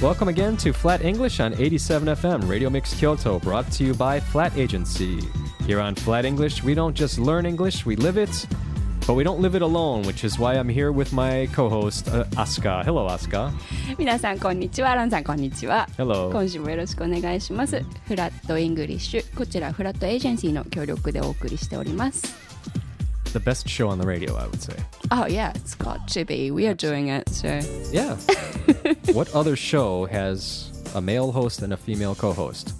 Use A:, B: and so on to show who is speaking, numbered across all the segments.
A: Welcome again to Flat English on 87 FM, Radio Mix Kyoto, brought to you by Flat Agency. Here on Flat English, we don't just learn English, we live it, but we don't live it alone, which is why I'm here with my co host, uh, Asuka. Hello, Asuka.
B: 皆さんこんにちはロンさんこんにちは
A: Hello.
B: 今週もよろしくお願いしますフラットイングリッシュこちらフラットエージェンシーの協力でお送りしております
A: The best show on the radio, I would say.
B: Oh yeah, it's got to be. We are doing it. So
A: Yeah. what other show has a male host and a female co host?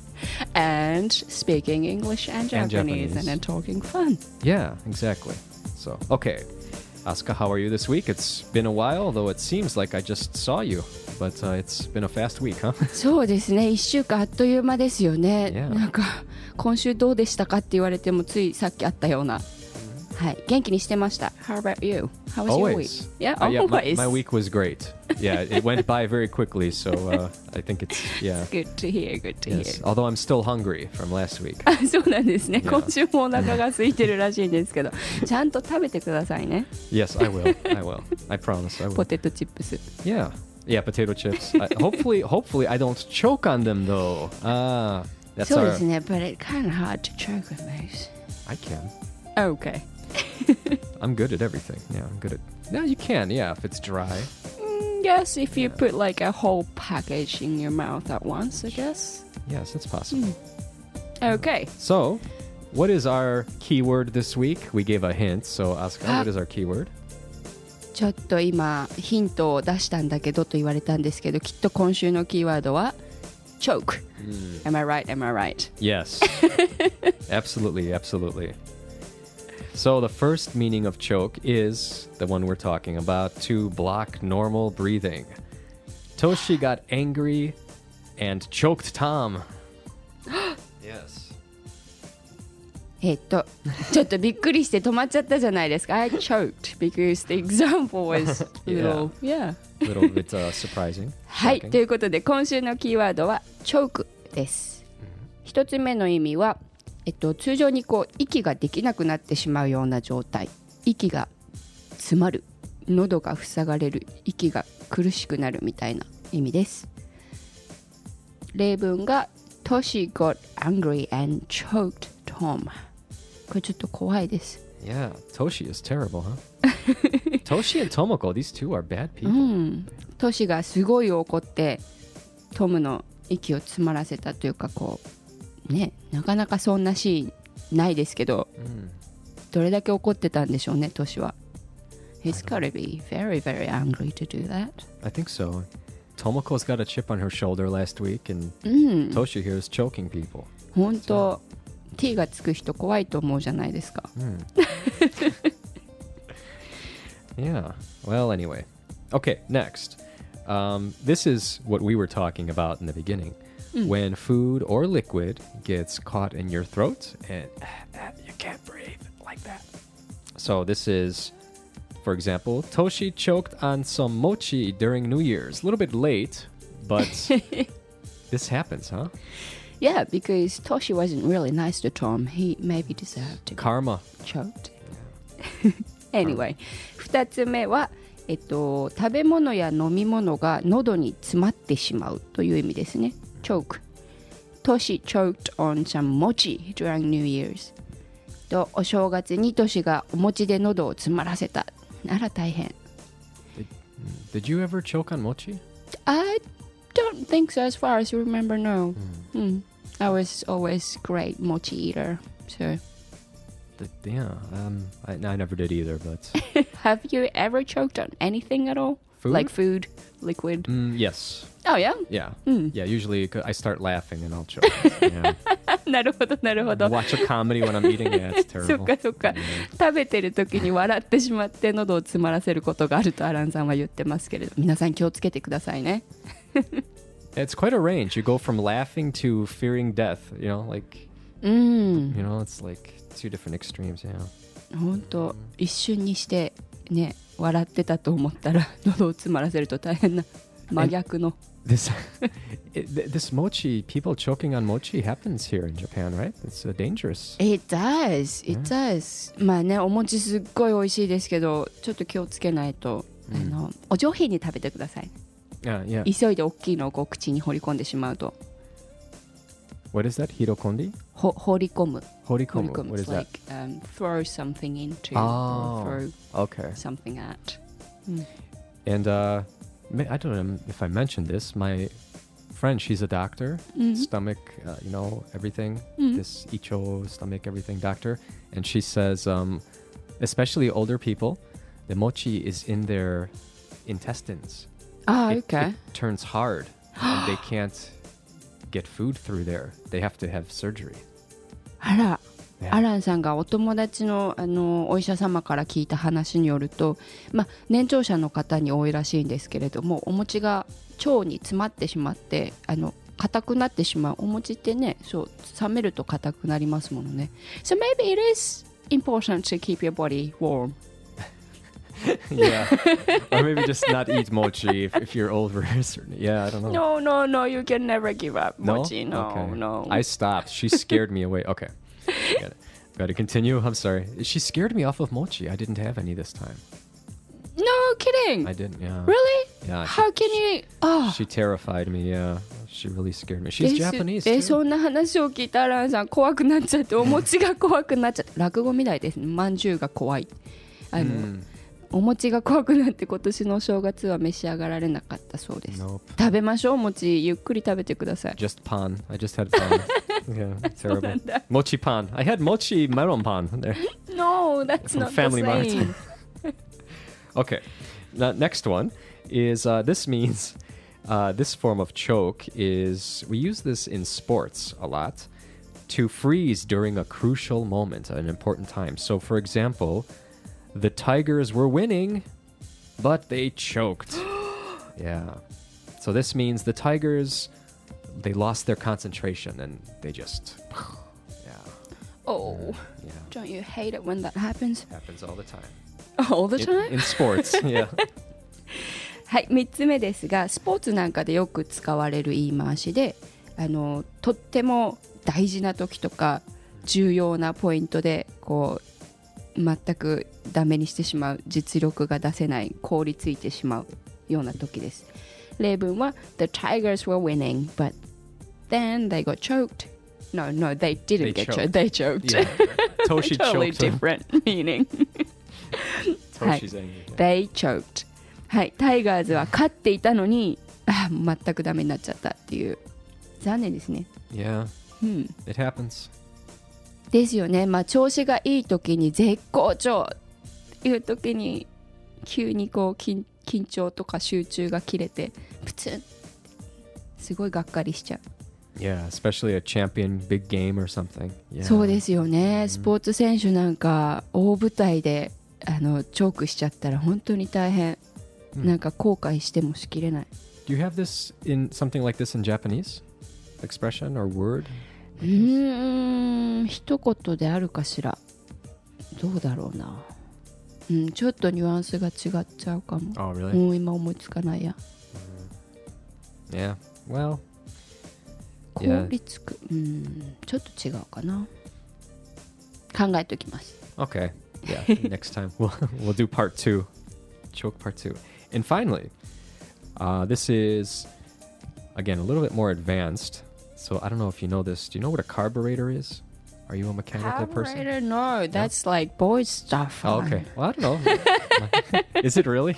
B: and speaking English and Japanese
A: And
B: and,
A: Japanese.
B: then talking fun.
A: Yeah, exactly. So, okay. Asuka, how are you this week? It's been a while, though it seems like I just saw you, but uh, it's been a fast week, huh?
B: そうですね。一週間あっという間ですよね。
A: Yeah.
B: なんか今週どうでしたかって言われてもついさっきあったような。はい、元気にしてました。How about you? How was your week?
A: always.
B: Yeah,
A: Uh, yeah, my,
B: always.
A: my week was great. Yeah, it went by very quickly, so uh, I think it's, yeah.
B: Good to hear. Good to
A: Yes.
B: hear.
A: Although I'm still hungry from last week.
B: あそうなんですね。
A: Yeah.
B: 今週もお腹が空いてるらしいんですけど、ちゃんと食べてくださいね。
A: yes, I will. I will. I promise I will.
B: ポテトチップス。
A: Yeah. Yeah, potato chips. I, hopefully, hopefully I don't choke on them though. Ah, that's
B: そうで
A: our.
B: すね。But it's kind of hard to choke with those.
A: I can.
B: Okay.
A: I'm good at everything. Yeah, I'm good at. No, you can. Yeah, if it's dry.
B: Mm, Yes, if you put like a whole package in your mouth at once, I guess.
A: Yes, it's possible.
B: Hmm. Okay.
A: So, what is our keyword this week? We gave a hint. So, Asuka, what is our keyword?
B: ちょっと今ヒントを出したんだけどと言われたんですけど、きっと今週のキーワードは choke。Am I right? Am I right?
A: Yes. absolutely, absolutely. So the first meaning of choke is the one we're talking about to block normal breathing. Toshi got angry and choked Tom. yes.
B: えっと、ちょっとびっくりして止まっちゃったじゃないですか。I choked because the example was little. yeah.
A: A little bit uh, surprising.
B: はい、
A: shocking.
B: ということで今週のキーワードは「チョーク」です。一つ目の意味は、えっと、通常にこう息ができなくなってしまうような状態息が詰まる喉が塞がれる息が苦しくなるみたいな意味です。例文が「Toshi got angry and choked Tom」これちょっと怖いです。
A: Yeah, Toshi is terrible, huh? Toshi and Tomoko, these two are bad
B: う
A: people.
B: ん、トシがすごい怒ってトムの息を詰まらせたというかこうねなかなかそんなシーンないですけど
A: Mm.
B: どれだけ怒ってたんでしょうねトシは。He's gotta be very very angry to do that.
A: I think so. Tomoko's got a chip on her shoulder last week, and
B: うん、
A: Toshi here is choking people.
B: 本当 T がつく人怖いと思うじゃないですか。
A: Hmm. Yeah. Well, anyway. Okay, next. Um, this is what we were talking about in the beginning. When food or liquid gets caught in your throat and you can't breathe like that. So, this is, for example, Toshi choked on some mochi during New Year's. A little bit late, but this happens, huh?
B: Yeah, because Toshi wasn't really nice to Tom. He maybe deserved to be
A: Karma.
B: choked. anyway, 2つ目は、えっと、食べ物や飲み物が喉に詰まってしまうという意味ですね。choke。トシ choked on some mochi during New Year's。とお正月にトシがお餅で喉を詰まらせたなら大変。
A: Did you ever choke on mochi?
B: I don't think so as far as you remember, no. Mm. I was always great mochi eater. So,
A: The, yeah, um, I, I never did either, but
B: have you ever choked on anything at all?
A: Food?
B: Like food, liquid?
A: mm, yes,
B: Oh yeah?
A: yeah, yeah. Usually c- I start laughing and I'll choke. Yeah.
B: なるほどなるほ
A: I
B: ど。
A: watch a comedy when I'm eating. Yeah, it's
B: そっ
A: terrible.
B: かそっか。食べてる時に笑ってしまって喉を詰まらせることがあるとアランさんは言ってますけれど、皆さん気をつけてくださいね。
A: It's quite a range. You go from laughing to fearing death. You know, like
B: うん、
A: you know, it's like two different extremes. Yeah. Mm.
B: 本当一瞬にしてね笑ってたと思ったら喉を詰まらせると大 変な真逆の。
A: This, it, th- this mochi, people choking on mochi happens here in Japan, right? It's uh, dangerous.
B: It does, it does. まあねお餅すっごい美味しいですけど、ちょっと気をつけないと、あのお上品に食べてください。
A: Yeah, Mm. Ah, yeah.
B: 急いで大きいのをこう口に放り込んでしまうと
A: What is that? Hirokondi?
B: ほ放り込む放り
A: Horikomu.
B: 込む
A: What is
B: It's
A: that?
B: like、um, throw something into
A: Ah.
B: or throw
A: Okay.
B: something at
A: And uh, ma- I don't know if I mentioned this. My friend, she's a doctor,
B: Mm-hmm.
A: stomach, uh, you know, everything. This Icho stomach, everything doctor. And she says, um, especially older people, the mochi is in their intestines.
B: ああ
A: It,
B: OK
A: it turns hard, and they can't get food through there. They have to have surgery.
B: あら
A: Yeah.
B: アランさんがお友達のあのお医者様から聞いた話によると、まあ、年長者の方に多いらしいんですけれどもお餅が腸に詰まってしまってあの硬くなってしまうお餅ってねそう冷めると硬くなりますものね So maybe it is important to keep your body warm
A: yeah. or maybe just not eat mochi if, if you're over a certain. Yeah, I don't know.
B: No no no you can never give up 餅 no
A: Okay.
B: no
A: I stopped. She scared me away. Okay. Got it. Got to continue. I'm sorry. She scared me off of mochi. I didn't have any this time.
B: No kidding
A: I didn't. Yeah.
B: Really?
A: Yeah. She,
B: How can you ああ
A: she terrified me. Yeah. She really scared me.
B: で
A: She's
B: す
A: Japanese.
B: で
A: too.
B: そんな話を聞いたアランさん怖くなっちゃってお餅が怖くなっちゃって落語みたいですねまんじゅうが怖いあの、
A: Mm,
B: お餅が怖くなって今年のお正月は召し上がられなかったそうです
A: nope.
B: 食べましょうお餅ゆっくり食べてください
A: Just pan. I just had pan. yeah. Terrible. Mochi pan. I had mochi melon pan there.
B: No that's
A: From
B: not
A: Family
B: the
A: Mart.
B: same
A: Okay. Now, next one is uh, this means uh, this form of choke is we use this in sports a lot to freeze during a crucial moment, an important time. So, for example, the Tigers were winning, but they choked. yeah. So this means the Tigers they lost their concentration and they just yeah
B: Oh
A: yeah
B: don't you hate it when that happens
A: happens all the time
B: all the
A: In-
B: time?
A: in sports yeah
B: はい、3つ目ですがスポーツなんかでよく使われる言い回しであのとっても大事な時とか重要なポイントでこう全くダメにしてしまう実力が出せない凍りついてしまうような時です例文は「The Tigers were winning but then they got choked」No, no, they
A: They
B: didn't get
A: choked.
B: choked. They choked.
A: yeah Toshi
B: totally
A: choked him.
B: different meaning.
A: Toshi's angry. yeah.
B: They choked はいタイガーズは勝っていたのにあ全くダメになっちゃったっていう残念ですね
A: Yeah, it happens.
B: ですよねまあ調子がいい時に絶好調っていう時に急にこう緊緊張とか集中が切れてプツンすごいがっかりしちゃう
A: Yeah, especially a champion big game or something. Yeah.
B: そうですよねスポーツ選手なんか大舞台であのチョークしちゃったら本当に大変なんか後悔してもしきれない
A: Hmm. Do you have this in something like this in Japanese? Expression or word?
B: うーん一言であるかしらどうだろうな、うん、ちょっとニュアンスが違っちゃうかも
A: Oh, really?
B: もう今思いつかないや
A: Yeah. Well,
B: 凍
A: Yeah.
B: りつくうんちょっと違うかな考えておきます
A: okay. Yeah. Next time we'll we'll do part two, choke part two, and finally, uh, this is again a little bit more advanced. So I don't know if you know this. Do you know what a carburetor is? Are you a mechanical person?
B: Carburetor? No, that's like boy stuff.
A: Oh, okay. Well, I don't know. is it really?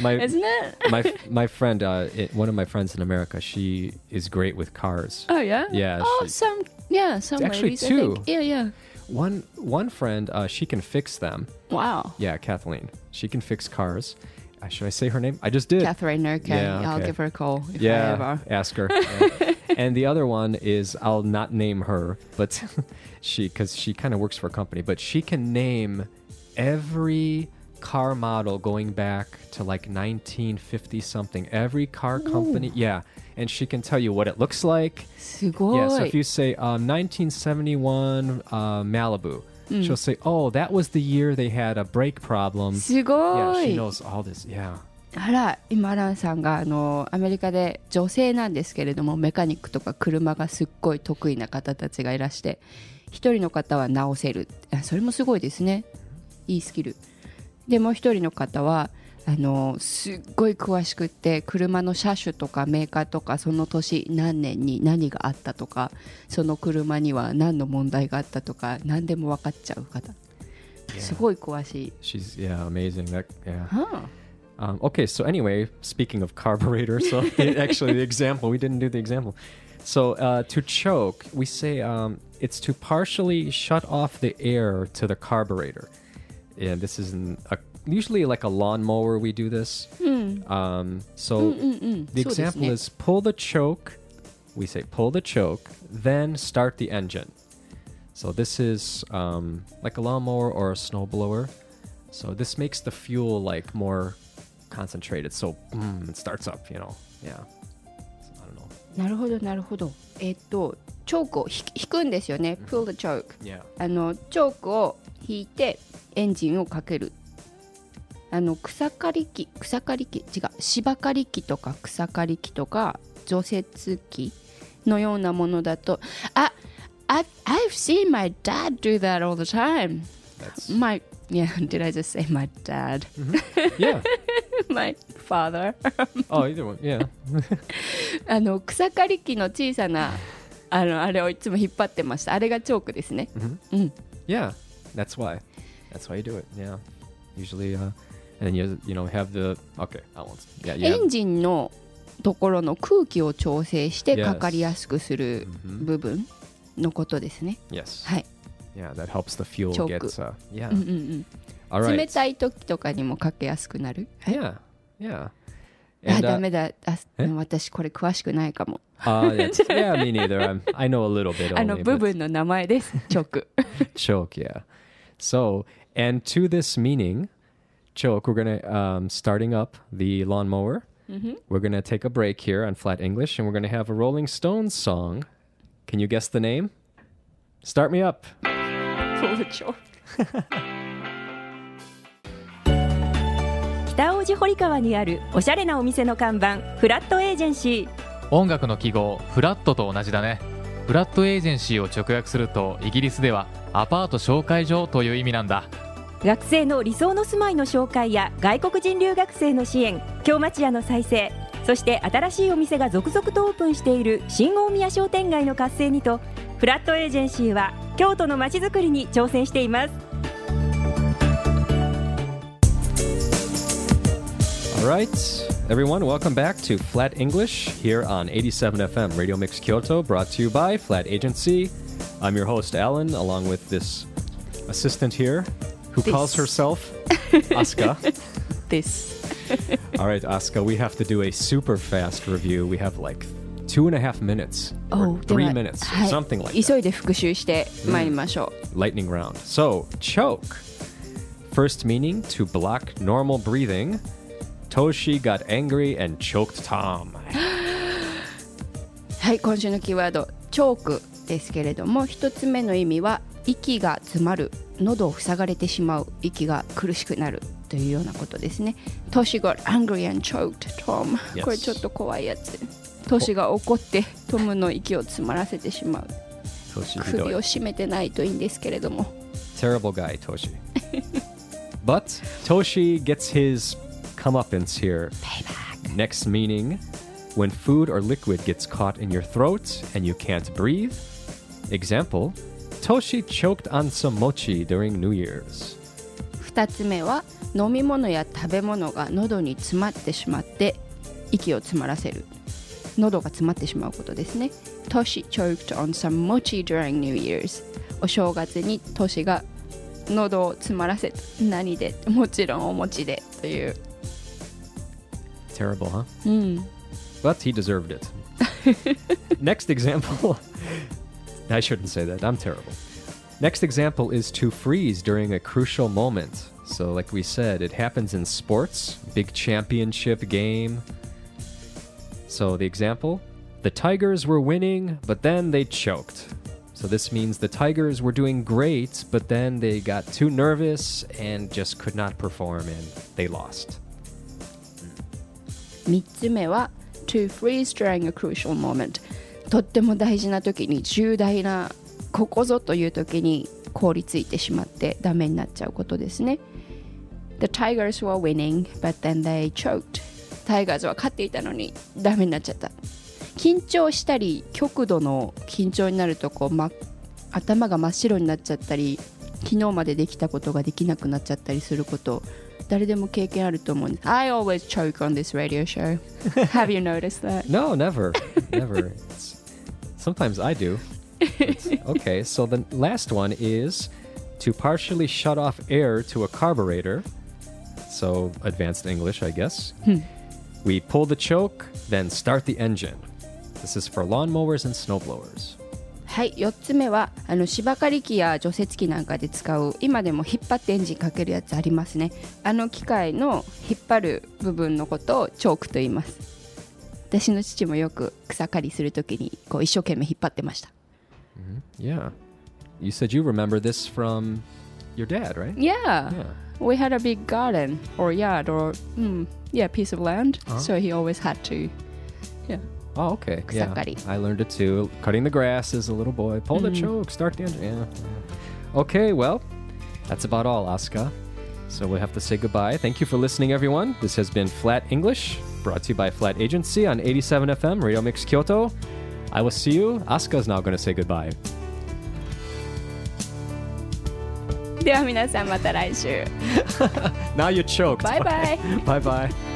A: My
B: Isn't it?
A: my my friend, uh, it, one of my friends in America, she is great with cars.
B: Oh, yeah?
A: Yeah,
B: Oh,
A: she-
B: some, yeah, some
A: Actually,
B: ladies, I think.
A: two.
B: Yeah, yeah.
A: One one friend, uh, she can fix them.
B: Wow.
A: Yeah, Kathleen, she can fix cars. Uh, should I say her name? I just did.
B: Catherine Nurkin.
A: Yeah,
B: I'll
A: okay.
B: give her a call if I
A: Yeah,
B: ever.
A: ask her. Yeah. and the other one is I'll not name her, but she because she kind of works for a company, but she can name every car model going back to like 1950 something. Every car company, yeah, and she can tell you what it looks like.
B: すごい。
A: Yeah, so if you say um, 1971 uh, Malibu,
B: Mm.
A: she'll say, "Oh, that was the year they had a brake problem."
B: すご
A: Yeah,
B: い。
A: she knows all this. Yeah.
B: あら今アランさんがあのアメリカで女性なんですけれどもメカニックとか車がすっごい得意な方たちがいらして一人の方は直せるあそれもすごいですねいいスキルでもう一人の方はあのすっごい詳しくって車の車種とかメーカーとかその年何年に何があったとかその車には何の問題があったとか何でも分かっちゃう方すごい詳しい。
A: She's yeah, amazing. That yeah.
B: はあ
A: Um, okay, so anyway, speaking of carburetor, so the- actually the example we didn't do the example. So uh, to choke, we say um, it's to partially shut off the air to the carburetor. Yeah, this is an, a, usually like a lawnmower. We do this. Um, so the
B: So
A: example
B: this-
A: is pull the choke. We say pull the choke, then start the engine. So this is um, like a lawnmower or a snowblower. So this makes the fuel like more concentrated. So boom, it starts up. You know, yeah. So, I don't know.
B: なるほどなるほど。えっとチョークをひ引くんですよね。pull the choke。
A: Yeah.
B: あのチョークを引いてエンジンをかけるあの草刈り機草刈り機違う芝刈り機とか草刈り機とか除雪機のようなものだとあ I, I've seen my dad do that all the time
A: That's
B: my yeah did I just say my dad
A: yeah.
B: my father
A: Oh, either one. Yeah.
B: あの草刈り機の小さなあのあれをいつも引っ張ってましたあれがチョークですね
A: Yeah, that's why. That's why you do it. Yeah. Usually, uh, and you you know have the okay. I won't. Yeah, yeah.
B: エンジンのところの空気を調整して
A: Yes.
B: かかりやすくする
A: うん
B: 部分のことですね。
A: Yes.
B: はい、
A: Yeah, that helps the fuel
B: Choke.
A: gets. Uh, yeah.
B: うんうん
A: All
B: うん、冷
A: right.
B: たい時とかにもかけやすくなる。はい
A: Yeah. Yeah.
B: あ、
A: And
B: ダ
A: uh,
B: メだ。あ
A: え
B: 私これ詳しくないかも。
A: uh, it's- yeah, me neither. I'm, I know a little bit
B: あの
A: only.
B: 部
A: but-
B: 分の名前 です。直。
A: choke, yeah. So, and to this meaning, choke, we're going to, um, starting up the lawnmower, we're going to take a break here on Flat English and we're going to have a Rolling Stones song. Can you guess the name? Start me up.
C: 北大路堀川にあるおしゃれなお店の看板フラットエージェンシ
D: 音楽の記号フラットと同じだねフラットエージェンシーを直訳するとイギリスではアパート紹介所という意味なんだ
C: ー学生の理想の住まいの紹介や外国人留学生の支援京町屋の再生そして新しいお店が続々とオープンしている新大宮商店街の活性にとフラットエージェンシーは京都のまちづくりに挑戦しています
A: All right, everyone, welcome back to Flat English here on 87 FM Radio Mix Kyoto, brought to you by Flat Agency. I'm your host, Alan, along with this assistant here who
B: This.
A: calls herself Asuka.
B: This.
A: All right, Asuka, we have to do a super fast review. We have like two and a half minutes, or
B: おで
A: three
B: は
A: minutes, or
B: はい
A: something like
B: 急
A: that.
B: いで復習してまいりましょ
A: Lightning round. So, choke. First meaning to block normal breathing. Toshi got angry and choked Tom.
B: う。はい、今週のキーワードチョークですけれども、一つ目の意味は息が詰まる、喉を塞がれてしまう、息が苦しくなるというようなことですね。トシが angry and choked Tom。
A: Yes
B: これちょっと怖いやつ。トシが怒ってトムの息を詰まらせてしまう。
A: Toshi
B: 首
A: hidoi.
B: を絞めてないといいんですけれども。
A: Terrible guy, Toshi. but Toshi gets his comeuppance here. Payback. Next meaning when food or liquid gets caught in your throat and you can't breathe. Example Toshi choked on some mochi during New Year's.
B: 2つ目は飲み物や食べ物が喉に詰まってしまって息を詰まらせる喉が詰まってしまうことですねトシ choked on some mochi during New Year's お正月にトシが喉を詰まらせた何でもちろんお餅でという
A: Terrible, huh? But he deserved it. Next example. I shouldn't say that. I'm terrible. Next example is to freeze during a crucial moment. So, like we said, it happens in sports, big championship game. So, the example the Tigers were winning, but then they choked. So, this means the Tigers were doing great, but then they got too nervous and just could not perform and they lost.
B: 3つ目は to freeze during a crucial moment とっても大事な時に重大なここぞという時に凍りついてしまってダメになっちゃうことですね The Tigers were winning, but then they choked. タイガーズは勝っていたのにダメになっちゃった。緊張したり、極度の緊張になるとこう、ま、頭が真っ白になっちゃったり、昨日までできたことができなくなっちゃったりすること、誰でも経験あると思うんです。I always choke on this radio show. Have you noticed that?
A: No, never. never. It's, sometimes I do. But- okay, so the last one is to partially shut off air to a carburetor. So advanced English, I guess. we pull the choke, then start the engine. This is for lawnmowers and snowblowers.
B: はい4つ目はあの芝刈り機や除雪機なんかで使う今でも引っ張ってエンジンかけるやつありますねあの機械の引っ張る部分のことをチョークと言います私の父もよく草刈りするときにこう一生懸命引っ張ってました
A: Yeah. You said you remember this from your dad, right?
B: Yeah,
A: Yeah.
B: we had a big garden or yard or mm, yeah piece of land so he always had to yeah
A: Oh, okay. Yeah.
B: Kusakari.
A: I learned it too. Cutting the grass as a little boy. Pull the choke, start the engine. Yeah. yeah. Okay, well, that's about all, Asuka. So we have to say goodbye. Thank you for listening, everyone. This has been Flat English, brought to you by Flat Agency on 87 FM, Radio Mix Kyoto. I will see you. Asuka's now going to say goodbye.
B: では皆さんまた来週
A: Now you're choked.
B: Bye bye
A: bye bye.